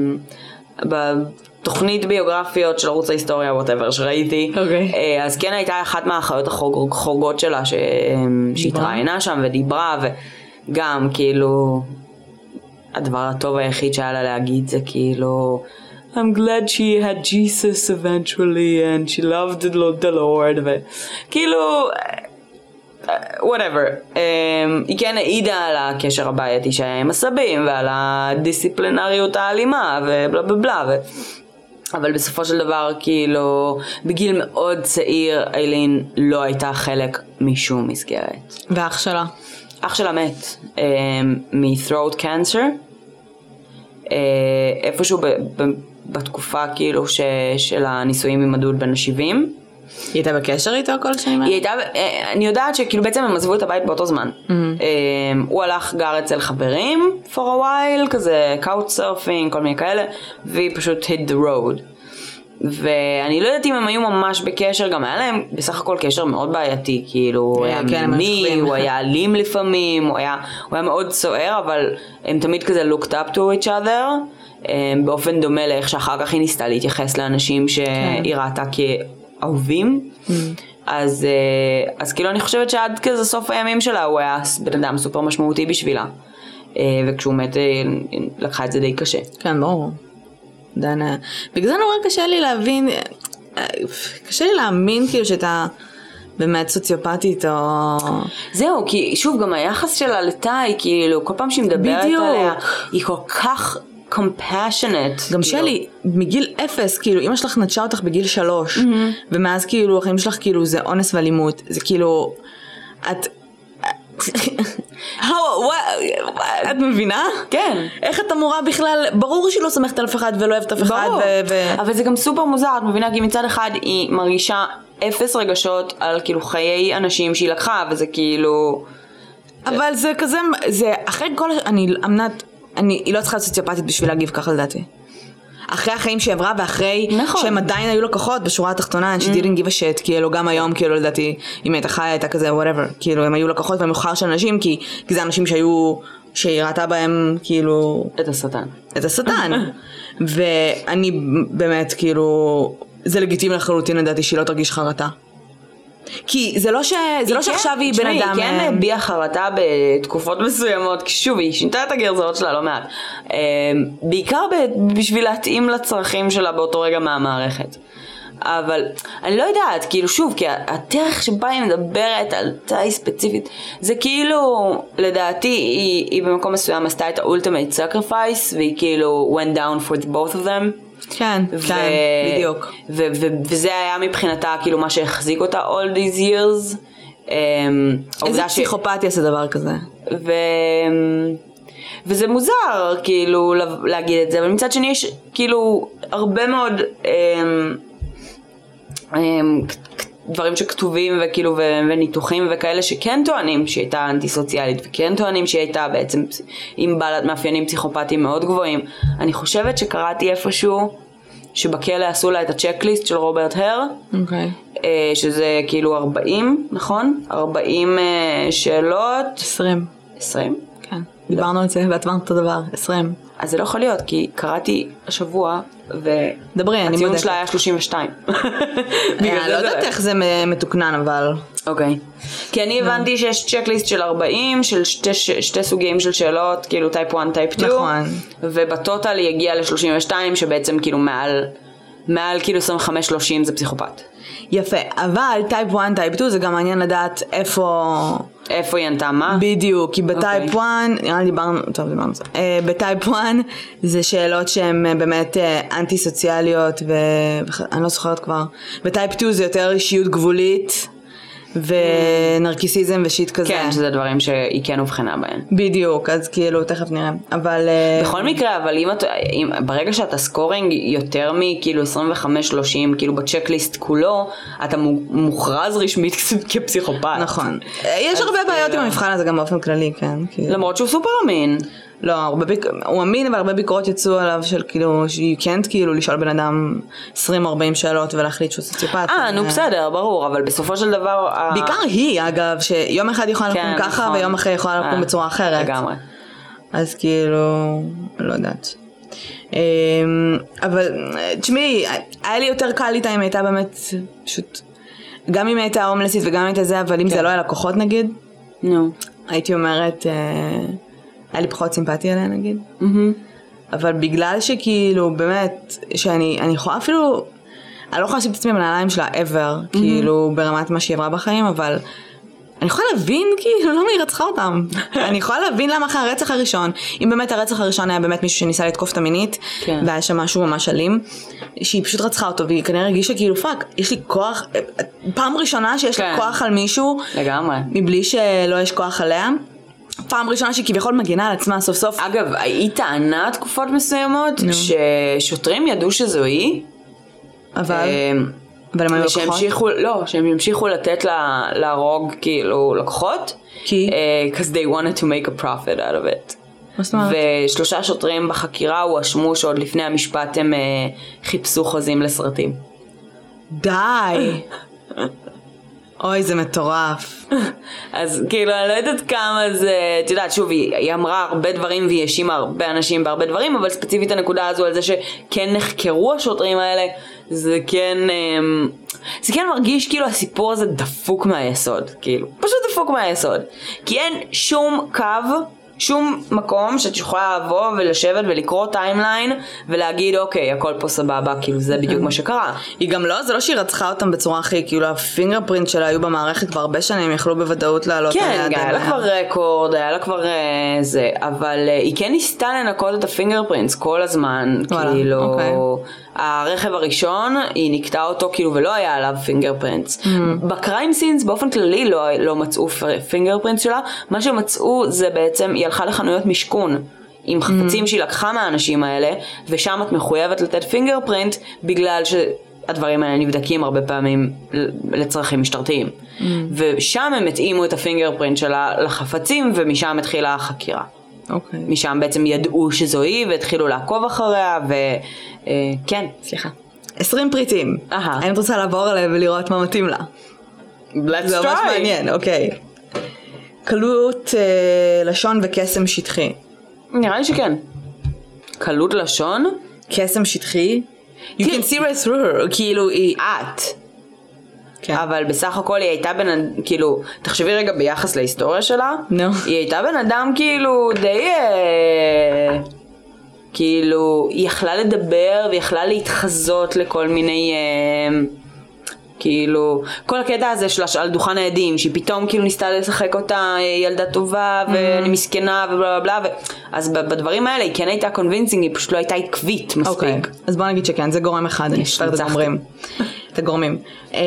S2: בתוכנית ביוגרפיות של ערוץ ההיסטוריה, וואטאבר, שראיתי,
S1: אוקיי.
S2: אה, אז כן הייתה אחת מהאחיות החוג- החורגות שלה, ש, אה, שהתראיינה שם ודיברה, וגם, כאילו, הדבר הטוב היחיד שהיה לה להגיד זה כאילו... I'm glad she had Jesus eventually and she loved the Lord- the Lord כאילו, וכאילו וואטאבר. אה, היא כן העידה על הקשר הבעייתי שהיה עם הסבים ועל הדיסציפלינריות האלימה ובלה בלה בלה. ו... אבל בסופו של דבר, כאילו, בגיל מאוד צעיר איילין לא הייתה חלק משום מסגרת.
S1: ואח שלה.
S2: אח שלה מת אה, מ-throat cancer, אה, איפשהו ב- ב- בתקופה כאילו ש- של הנישואים עם הדוד בן ה-70.
S1: היא הייתה בקשר איתו כל השנים
S2: היא
S1: האלה?
S2: הייתה, אה, אני יודעת שכאילו בעצם הם עזבו את הבית באותו זמן. אה, הוא הלך, גר אצל חברים for a while, כזה couch surfing, כל מיני כאלה, והיא פשוט hit the road. ואני לא יודעת אם הם היו ממש בקשר, גם היה להם בסך הכל קשר מאוד בעייתי, כאילו, הוא היה
S1: כן, הם היו
S2: מיני,
S1: שוכבים.
S2: הוא היה אלים לפעמים, הוא היה, הוא היה מאוד סוער, אבל הם תמיד כזה looked up to each other, אה, באופן דומה לאיך שאחר כך היא ניסתה להתייחס לאנשים
S1: כן.
S2: שהיא ראתה כאהובים.
S1: Mm.
S2: אז, אה, אז כאילו אני חושבת שעד כזה סוף הימים שלה הוא היה ס- בן אדם סופר משמעותי בשבילה. אה, וכשהוא מת אה, היא לקחה את זה די קשה.
S1: כן, ברור. דנה. בגלל זה נורא קשה לי להבין, אה, אה, קשה לי להאמין כאילו שאתה באמת סוציופטית או...
S2: זהו, כי שוב, גם היחס שלה לטאי, כאילו, כל פעם שהיא מדברת
S1: בדיוק.
S2: עליה, היא כל כך compassionate.
S1: גם
S2: כאילו.
S1: שלי, מגיל אפס, כאילו, אמא שלך נטשה אותך בגיל שלוש, ומאז כאילו החיים שלך כאילו זה אונס ואלימות, זה כאילו, את... How- what- what- את מבינה?
S2: כן.
S1: איך את אמורה בכלל, ברור שהיא לא סומכת על אף אחד ולא אוהבת אף אחד,
S2: ברור.
S1: ו- ו-
S2: אבל זה גם סופר מוזר, את מבינה? כי מצד אחד היא מרגישה אפס רגשות על כאילו חיי אנשים שהיא לקחה, וזה כאילו...
S1: אבל זה כזה, זה אחרי כל, הש- אני אמנת, אני, היא לא צריכה להיות סוציופטית בשביל להגיב ככה לדעתי. אחרי החיים שהיא עברה ואחרי
S2: נכון. Mm.
S1: שהם עדיין היו לקוחות בשורה התחתונה, and she didn't give a shit, כאילו גם היום, כאילו לדעתי, אם היא הייתה חיה הייתה כזה whatever, כאילו הם היו לקוחות והם הוכר של אנשים, כי, כי זה אנשים שהיו, שהיא ראתה בהם כאילו
S2: את השטן.
S1: את
S2: [LAUGHS]
S1: השטן. ואני באמת, כאילו, זה לגיטימי לחלוטין לדעתי שהיא לא תרגיש חרטה. כי זה לא, ש... זה לא
S2: היא כן-
S1: שעכשיו היא בן
S2: תשמעי,
S1: אדם...
S2: היא כן
S1: אה,
S2: הביעה חרטה בתקופות מסוימות, כי שוב, היא שינתה את הגרזרות שלה לא מעט. אה, בעיקר ב- בשביל להתאים לצרכים שלה באותו רגע מהמערכת. אבל אני לא יודעת, כאילו שוב, כי הדרך שבה היא מדברת על תאי ספציפית, זה כאילו, לדעתי, היא, היא במקום מסוים עשתה את ה-ultimate sacrifice, והיא כאילו went down for the both of them.
S1: כן,
S2: ו-
S1: כן, בדיוק.
S2: ו- ו- וזה היה מבחינתה כאילו מה שהחזיק אותה all these years. אמ,
S1: איזה
S2: העובדה ש-
S1: פסיכופת יעשה דבר כזה?
S2: ו... וזה מוזר כאילו לב- להגיד את זה, אבל מצד שני יש כאילו הרבה מאוד אמ, אמ, כ- כ- דברים שכתובים וכאילו ו- וניתוחים וכאלה שכן טוענים שהיא הייתה אנטי-סוציאלית וכן טוענים שהיא הייתה בעצם פס- עם בעלת מאפיינים פסיכופטיים מאוד גבוהים. אני חושבת שקראתי איפשהו שבכלא עשו לה את הצ'קליסט של רוברט הר.
S1: אוקיי.
S2: אה, שזה כאילו 40, נכון? 40 אה, שאלות,
S1: 20.
S2: 20?
S1: כן. דיברנו על זה ואת אמרת אותו דבר. 20.
S2: אז זה לא יכול להיות, כי קראתי השבוע, והציון
S1: דברי, אני בודקת.
S2: שלה
S1: [LAUGHS]
S2: היה 32.
S1: אה, לא יודעת איך זה מ- מתוקנן אבל.
S2: אוקיי. כי אני הבנתי שיש צ'קליסט של 40, של שתי, ש- שתי סוגים של שאלות, כאילו טייפ 1, טייפ 2.
S1: נכון.
S2: ובטוטל היא הגיעה ל-32, שבעצם כאילו מעל, מעל כאילו 25-30 זה פסיכופת.
S1: יפה, אבל טייפ 1, טייפ 2 זה גם מעניין לדעת איפה...
S2: איפה היא ענתה מה?
S1: בדיוק, כי בטייפ 1,
S2: אוקיי.
S1: נראה לי דיברנו, טוב דיברנו על זה, אה, בטייפ 1 זה שאלות שהן אה, באמת אה, אנטי סוציאליות ואני לא זוכרת כבר, בטייפ 2 זה יותר אישיות גבולית ונרקיסיזם ושיט כזה.
S2: כן, שזה דברים שהיא כן אובחנה בהם.
S1: בדיוק, אז כאילו, תכף נראה. אבל... אה,
S2: בכל מקרה, אבל אם את, אם, ברגע שאתה סקורינג יותר מכאילו 25-30, כאילו בצ'קליסט כולו, אתה מו- מוכרז רשמית [LAUGHS] כפסיכופת.
S1: נכון. אה, יש הרבה בעיות עם המבחן הזה גם באופן כללי, כן. כאילו.
S2: למרות שהוא סופר אמין.
S1: לא, הרבה ביק... הוא אמין, אבל הרבה ביקורות יצאו עליו של כאילו, you can't כאילו לשאול בן אדם 20-40 שאלות ולהחליט שהוא סוציופט.
S2: אה, נו בסדר, ברור, אבל בסופו של דבר... ה-
S1: נכון. בעיקר היא, אגב, שיום אחד יכולה
S2: אה. כן,
S1: לקום ככה,
S2: נכון.
S1: ויום אחרי יכולה לקום
S2: אה,
S1: בצורה אחרת.
S2: לגמרי.
S1: אז כאילו, לא יודעת. אמ, אבל אה, תשמעי, היה לי יותר קל איתה אם הייתה באמת פשוט, גם אם הייתה הומלסית וגם אם הייתה זה, אבל
S2: כן.
S1: אם זה לא היה לקוחות נגיד,
S2: נו.
S1: הייתי אומרת, אה, היה לי פחות סימפטיה אליה נגיד.
S2: מהמם.
S1: אבל בגלל שכאילו, באמת, שאני אני יכולה אפילו, אני לא יכולה לשים את עצמי בנעליים שלה ever,
S2: Mm-hmm.
S1: כאילו, ברמת מה שהיא עברה בחיים, אבל אני יכולה להבין, כאילו, למה היא רצחה
S2: [LAUGHS]
S1: אותם. אני יכולה להבין למה אחרי הרצח הראשון, אם באמת הרצח הראשון היה באמת מישהו שניסה לתקוף אותה מינית,
S2: כן.
S1: והיה שם משהו ממש אלים, שהיא פשוט רצחה אותו, והיא כנראה הרגישה כאילו, פאק, יש לי כוח, פעם ראשונה שיש
S2: כן.
S1: לי כוח על מישהו,
S2: לגמרי.
S1: מבלי שלא יש כוח עליה. פעם ראשונה שהיא כביכול מגינה על עצמה סוף סוף.
S2: אגב, היא טענה תקופות מסוימות
S1: נו.
S2: ששוטרים ידעו שזו היא.
S1: אבל,
S2: אמ,
S1: אבל הם היו לקוחות.
S2: ושהמשיכו, לא, שהם המשיכו לתת לה, להרוג כאילו לקוחות.
S1: כי?
S2: Because they wanted to make a profit out of it.
S1: מה זאת אומרת?
S2: ושלושה שוטרים בחקירה הואשמו שעוד לפני המשפט הם אה, חיפשו חוזים לסרטים.
S1: די. [LAUGHS] אוי, זה מטורף.
S2: אז כאילו, אני לא יודעת כמה זה, את יודעת, שוב, היא, היא אמרה הרבה דברים והיא האשימה הרבה אנשים בהרבה דברים, אבל ספציפית הנקודה הזו על זה שכן נחקרו השוטרים האלה, זה כן, אמ, זה כן מרגיש כאילו הסיפור הזה דפוק מהיסוד, כאילו, פשוט דפוק מהיסוד. כי אין שום קו שום מקום שאת יכולה לבוא ולשבת ולקרוא טיימליין ולהגיד אוקיי הכל פה סבבה כאילו זה בדיוק מה שקרה.
S1: היא גם לא, זה לא שהיא רצחה אותם בצורה הכי, כאילו הפינגרפרינט שלה היו במערכת כבר הרבה שנים, יכלו בוודאות לעלות
S2: כן,
S1: עליה לא
S2: היה לה
S1: דליה.
S2: כבר רקורד, היה לה כבר אה, זה, אבל אה, היא כן ניסתה לנקות את הפינגרפרינטס כל הזמן,
S1: וואלה,
S2: כאילו,
S1: אוקיי.
S2: הרכב הראשון, היא נקטעה אותו כאילו ולא היה עליו
S1: Mm.
S2: פינגרפרינטס. בקריים סינס באופן כללי לא, לא מצאו פינגרפרינטס שלה, מה שמצאו זה בעצם, היא הלכה לחנויות משכון.
S1: Mm.
S2: עם חפצים שהיא לקחה מהאנשים האלה, ושם את מחויבת לתת פינגרפרינט, בגלל שהדברים האלה נבדקים הרבה פעמים ל- לצרכים משטרתיים.
S1: Mm.
S2: ושם הם התאימו את הפינגרפרינט שלה לחפצים, ומשם התחילה החקירה.
S1: אוקיי.
S2: משם בעצם ידעו שזו היא, והתחילו לעקוב אחריה, אה, כן. וכן.
S1: סליחה. 20 פריטים.
S2: אהה.
S1: האם את רוצה לעבור עליהם ולראות מה מתאים לה?
S2: Let's
S1: זה ממש מעניין, אוקיי. קלות אה, לשון וקסם שטחי.
S2: נראה לי שכן. קלות לשון?
S1: קסם שטחי? You
S2: כן.
S1: can see right through her, כאילו היא...
S2: את.
S1: כן.
S2: אבל בסך הכל היא הייתה בן אדם, כאילו, תחשבי רגע ביחס להיסטוריה שלה,
S1: נו.
S2: היא הייתה בן אדם כאילו די... אה, כאילו, היא יכלה לדבר ויכלה להתחזות לכל מיני... אה, כאילו, כל הקטע הזה שלה על דוכן העדים, שהיא פתאום כאילו ניסתה לשחק אותה אה, ילדה טובה,
S1: Mm-hmm.
S2: ואני מסכנה ובלה בלה בלה, ו- אז ב- בדברים האלה היא כן הייתה קונבינסינג, היא פשוט לא הייתה עקבית
S1: אוקיי,
S2: מספיק.
S1: אז בוא נגיד שכן, זה גורם אחד, אני
S2: יש,
S1: אשתר את
S2: ניצחתי.
S1: הגורמים. את הגורמים. אמ,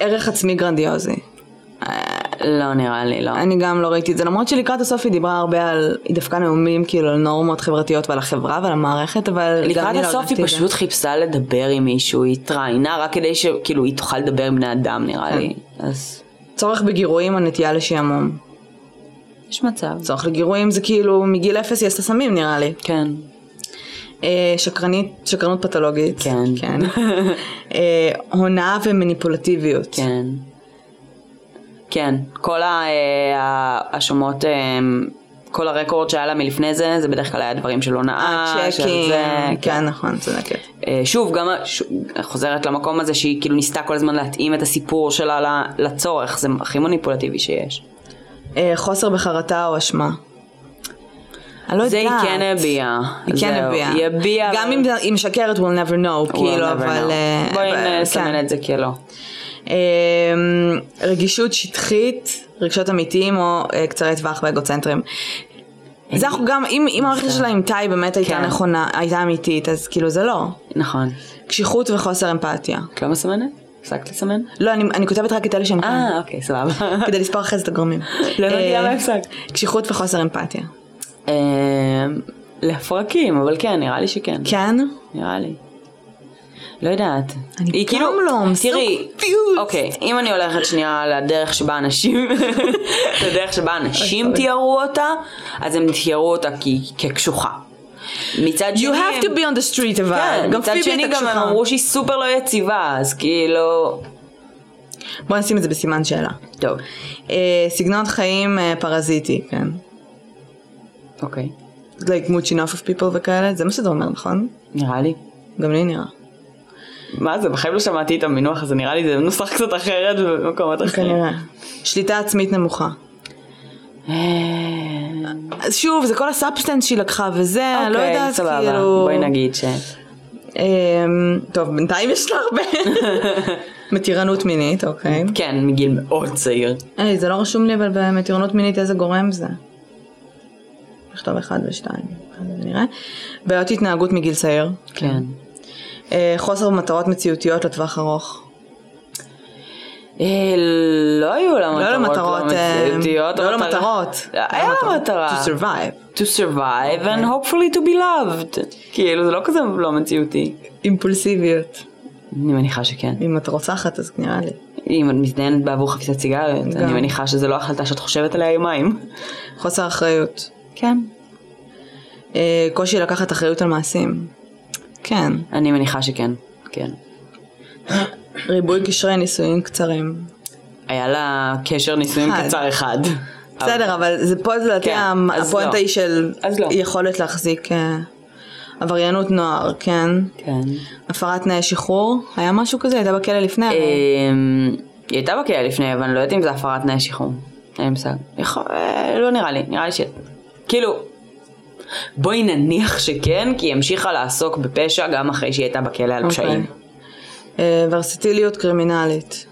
S1: ערך עצמי גרנדיוזי.
S2: לא נראה לי, לא.
S1: אני גם לא ראיתי את זה, למרות שלקראת הסוף היא דיברה הרבה על, היא דווקא נאומים כאילו על נורמות חברתיות ועל החברה ועל המערכת, אבל גם
S2: לקראת
S1: אני לא
S2: הסוף
S1: הרגשתי
S2: היא
S1: את זה.
S2: פשוט חיפשה לדבר עם מישהו, היא התראיינה רק כדי שכאילו היא תוכל לדבר עם בני אדם
S1: אה.
S2: נראה לי. אז
S1: צורך בגירויים או נטייה לשעמום.
S2: יש מצב.
S1: צורך לגירויים זה כאילו מגיל אפס היא עשתה סמים נראה לי.
S2: כן.
S1: אה, שקרנית, שקרנות פתולוגית.
S2: כן.
S1: כן. אה, הונאה ומניפולטיביות.
S2: כן. כן. כל ה- אה, ההאשמות, אה, כל הרקורד שהיה לה מלפני זה, זה בדרך כלל היה דברים של הונאה, של
S1: צ'קים.
S2: זה.
S1: כן, נכון, צודקת.
S2: אה, שוב, גם ה- ש- חוזרת למקום הזה שהיא כאילו ניסתה כל הזמן להתאים את הסיפור שלה ל- לצורך, זה הכי מניפולטיבי שיש.
S1: אה, חוסר בחרטה או אשמה. אני לא יודעת.
S2: זה היא כן הביעה.
S1: היא כן
S2: זהו,
S1: הביעה.
S2: היא הביעה.
S1: גם
S2: אבל-
S1: אם זה- היא משקרת, we'll never know, כאילו,
S2: We'll never
S1: אבל...
S2: know.
S1: אה,
S2: בואי
S1: אבל-
S2: נסמן
S1: כן.
S2: את זה כאילו. כלא.
S1: אמ, רגישות שטחית, רגשות אמיתיים או אה, קצרי טווח ואגוצנטרים. זה אנחנו גם, אם אם המערכת שלה עם תאי באמת הייתה
S2: כן.
S1: נכונה, הייתה אמיתית, אז כאילו זה לא.
S2: נכון.
S1: קשיחות וחוסר אמפתיה.
S2: את לא מסמנת? הפסקת לסמן?
S1: לא, אני, אני כותבת רק את אלה שהם כאן,
S2: אה, אוקיי,
S1: [LAUGHS]
S2: סבבה.
S1: כדי לספור אחרי זה את הגורמים.
S2: לא הבנתי
S1: אה,
S2: למה הפסקת.
S1: קשיחות וחוסר אמפתיה.
S2: אה, לפרקים, אבל כן, נראה לי שכן.
S1: כן?
S2: נראה לי. לא יודעת.
S1: אני
S2: היא
S1: גם
S2: כאילו,
S1: לא, I'm so
S2: תראי,
S1: confused.
S2: אוקיי, אם אני הולכת שנייה לדרך שבה אנשים, [LAUGHS] לדרך שבה אנשים
S1: אוי, sorry.
S2: תיארו אותה, אז הם תיארו אותה כ- כקשוחה. מצד שני,
S1: You have
S2: הם-
S1: to be on the street אבל.
S2: כן,
S1: גם
S2: מצד
S1: פיבי
S2: שני
S1: הייתה
S2: גם הם
S1: קשוחה.
S2: אמרו שהיא סופר לא יציבה, אז כאילו,
S1: בוא נשים את זה בסימן שאלה.
S2: טוב,
S1: אה, סגנון חיים אה, פרזיטי, כן.
S2: אוקיי,
S1: Like mooching off of people וכאלה, זה מה שזה אומר, נכון?
S2: נראה לי.
S1: גם לי
S2: [LAUGHS]
S1: נראה.
S2: מה זה, בחיים לא שמעתי את המינוח הזה, נראה לי זה נוסח קצת אחרת במקומות אחרים.
S1: כנראה. שליטה עצמית נמוכה.
S2: אה,
S1: אז שוב, זה כל הסאבסטנס שהיא לקחה וזה, אני לא
S2: אוקיי,
S1: יודעת,
S2: סבבה,
S1: כאילו...
S2: בואי נגיד ש...
S1: אמ, טוב, בינתיים יש לה
S2: [LAUGHS]
S1: הרבה. מתירנות מינית, אוקיי.
S2: כן, מגיל מאוד צעיר.
S1: היי, זה לא רשום לי, אבל במתירנות מינית איזה גורם זה? נכתוב אחד ושתיים, אחד זה נראה. בעיות התנהגות מגיל צעיר.
S2: כן.
S1: אה, חוסר במטרות מציאותיות לטווח ארוך.
S2: אה, לא היו לה
S1: לא למטרות,
S2: מטרות לא
S1: אה,
S2: מציאותיות.
S1: לא
S2: המטרה-
S1: למטרות. אוקיי.
S2: היה לה מטרה.
S1: To survive.
S2: To survive and hopefully to be loved. כאילו, זה לא כזה לא מציאותי.
S1: אימפולסיביות.
S2: אני מניחה שכן.
S1: אם את רוצחת אז נראה לי.
S2: אם את מזדיינת בעבור חפיסת סיגריות,
S1: גם.
S2: אני מניחה שזו לא החלטה שאת חושבת עליה יומיים.
S1: חוסר אחריות.
S2: כן.
S1: אה, קושי לקחת אחריות על מעשים. כן.
S2: אני מניחה שכן. כן.
S1: ריבוי קשרי נישואים קצרים.
S2: היה לה קשר נישואים
S1: אחד.
S2: קצר אחד.
S1: בסדר, אבל זה פה לדעתי
S2: כן,
S1: המ-
S2: אז
S1: הפואנטה
S2: לא.
S1: היא של
S2: אז לא.
S1: יכולת להחזיק אה, עבריינות נוער, כן?
S2: כן.
S1: הפרת תנאי שחרור, היה משהו כזה? הייתה בכלא לפני? הרי.
S2: אמ, היא הייתה בכלא לפני, אבל אני לא יודעת אם זה הפרת תנאי שחרור. אין לי מושג. יכול- אה, לא נראה לי, נראה לי ש... כאילו, בואי נניח שכן, כי היא המשיכה לעסוק בפשע גם אחרי שהיא הייתה בכלא על
S1: אוקיי.
S2: פשעים.
S1: אה, ורסטיליות קרימינלית.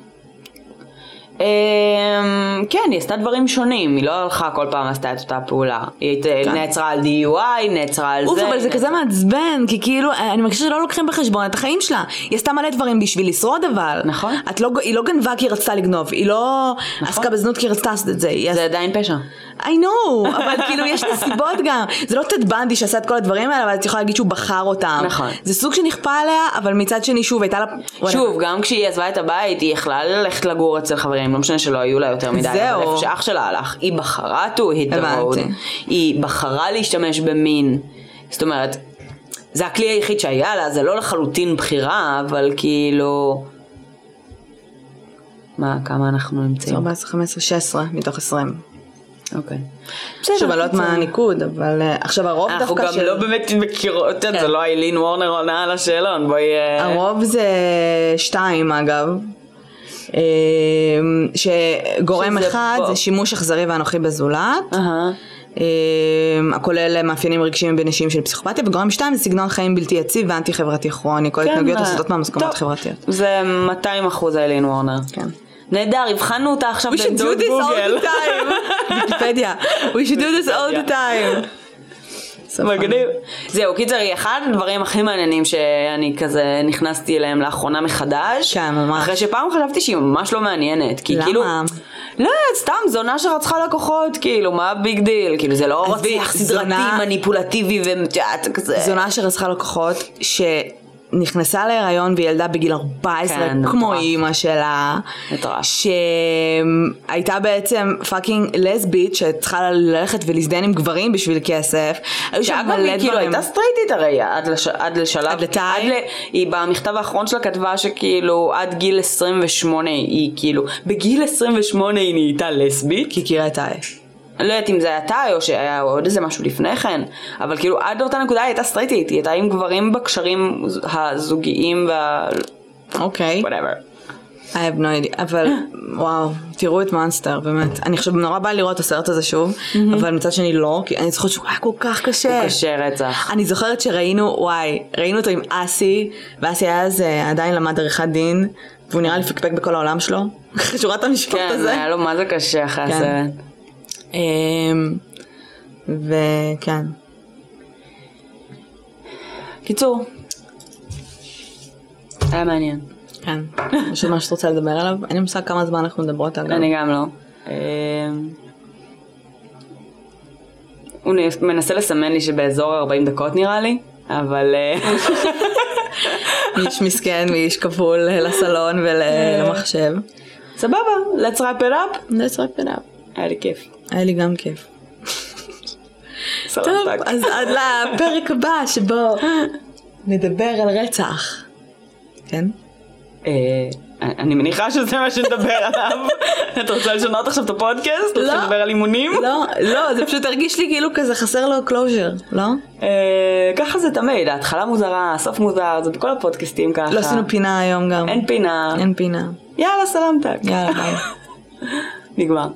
S2: אמ, כן, היא עשתה דברים שונים, היא לא הלכה כל פעם עשתה את אותה פעולה. היא היית-
S1: כן.
S2: נעצרה על DUI, נעצרה על זה.
S1: אוף, אבל זה
S2: נעצרה-
S1: כזה מעצבן, כי כאילו, אה, אני מרגישה שלא לוקחים בחשבון את החיים שלה. היא עשתה מלא דברים בשביל לשרוד אבל.
S2: נכון.
S1: את לא, היא לא גנבה כי היא רצתה לגנוב, היא לא עסקה בזנות כי היא רצתה לעשות את זה. היא
S2: זה עדיין פשע.
S1: I know, אבל כאילו יש נסיבות גם. זה לא טד בנדי שעשה את כל הדברים האלה, אבל את יכולה להגיד שהוא בחר אותם.
S2: נכון.
S1: זה סוג שנכפה עליה, אבל מצד שני, שוב, הייתה לה...
S2: שוב, גם כשהיא עזבה את הבית, היא יכלה ללכת לגור אצל חברים, לא משנה שלא היו לה יותר מדי,
S1: זהו.
S2: אבל איפה שאח שלה הלך, היא בחרה to hit the road,
S1: הבנתי.
S2: היא בחרה להשתמש במין, זאת אומרת, זה הכלי היחיד שהיה לה, זה לא לחלוטין בחירה, אבל כאילו... מה, כמה אנחנו נמצאים?
S1: 14, 15, 16 מתוך 20.
S2: אוקיי.
S1: שוב, אני לא יודעת מה
S2: קיצור.
S1: הניקוד, אבל אה, עכשיו הרוב
S2: אנחנו
S1: דווקא
S2: גם
S1: של...
S2: לא באמת מכירות, את יודעת, זה לא איילין וורנר עונה על השאלון, בואי... אה,
S1: הרוב זה 2 אגב. אה, שגורם
S2: שזה
S1: אחד
S2: בו.
S1: זה שימוש אכזרי ואנוכי בזולת,
S2: אהה.
S1: אה, הכולל מאפיינים רגשיים בין אישיים של פסיכופתיה, וגורם שתיים זה סגנון חיים בלתי יציב ואנטי חברתי כרוני, כל ההתנהגויות
S2: מה-
S1: הסודות מהמוסכמות
S2: כן, טוב.
S1: חברתיות.
S2: זה 200 אחוז איילין וורנר.
S1: כן.
S2: נהדר, הבחנו אותה עכשיו
S1: We should do
S2: באמצעות
S1: this all
S2: גוגל.
S1: the time.
S2: [LAUGHS]
S1: ויקיפדיה. We should do this all the time. So funny.
S2: מגניב. זהו, קיצר, היא אחד הדברים הכי מעניינים שאני כזה נכנסתי אליהם לאחרונה מחדש.
S1: כן, ממש.
S2: אחרי שפעם חשבתי שהיא ממש לא מעניינת. כי
S1: למה?
S2: כאילו... לא, יודעת, סתם זונה שרצחה לקוחות, כאילו, מה הביג דיל? כאילו, זה לא
S1: עזבי,
S2: רציח סדרתי,
S1: זונה-
S2: מניפולטיבי ואת כזה.
S1: זונה שרצחה לקוחות, שנכנסה להיריון וילדה בגיל 14,
S2: כן,
S1: כמו
S2: מטורף.
S1: אימא שלה.
S2: מטורף.
S1: שהייתה בעצם פאקינג לסבית שצריכה ללכת ולהזדיין עם גברים בשביל כסף. היו שם
S2: שאגב,
S1: מלא
S2: היא כאילו
S1: דברים.
S2: הייתה סטרייטית הרי עד, לש... עד לשלב,
S1: עד מתי?
S2: ל... היא במכתב האחרון שלה כתבה שכאילו עד גיל 28 היא כאילו, בגיל 28 היא נהייתה לסבית,
S1: כי הכירה את האי.
S2: אני לא יודעת אם זה היה טאי או שהיה עוד איזה משהו לפני כן, אבל כאילו עד לאותה נקודה היא הייתה סטרייטית, היא הייתה עם גברים בקשרים הזוגיים וה...
S1: אוקיי.
S2: וואטאבר.
S1: I have no idea, אבל וואו, תראו את מאנסטר, באמת. אני עכשיו נורא באה לראות את הסרט הזה שוב, אבל מצד שני לא, כי אני זוכרת שהוא היה כל כך קשה.
S2: קשה רצח.
S1: אני זוכרת שראינו, וואי, ראינו אותו עם אסי, ואסי היה אז אה, עדיין למד עריכת דין, והוא נראה לי פקפק בכל העולם שלו. [LAUGHS] אחרי שהוא ראה את המשפט
S2: כן,
S1: הזה.
S2: היה לו מה זה קשה אחרי
S1: כן.
S2: הסרט.
S1: אמ, וכן.
S2: קיצור, היה מעניין.
S1: כן. יש עוד משהו שאת רוצה לדבר עליו? אין לי מושג כמה זמן אנחנו מדברות אגב.
S2: אני גם לא. אה, הוא נ- מנסה לסמן לי שבאזור 40 דקות נראה לי, אבל אה, [LAUGHS]
S1: איש מסכן ואיש כבול לסלון
S2: אה,
S1: ולמחשב.
S2: סבבה, let's wrap it up,
S1: Let's wrap it up.
S2: היה לי כיף.
S1: היה לי גם כיף. טוב,
S2: סלמתק.
S1: אז עד לפרק הבא שבו נדבר על רצח. כן?
S2: אה, אני מניחה שזה
S1: [LAUGHS]
S2: מה שנדבר עליו. את רוצה לשנות עכשיו את הפודקאסט?
S1: לא.
S2: רוצה לדבר על אימונים?
S1: לא, לא, זה פשוט הרגיש לי כאילו כזה חסר לו קלוז'ר, לא?
S2: אה, ככה זה תמיד, ההתחלה מוזרה, הסוף מוזר, זה בכל הפודקאסטים ככה.
S1: לא עשינו פינה היום גם.
S2: אין פינה.
S1: אין פינה.
S2: יאללה סלמתק.
S1: יאללה ביי.
S2: נגמר.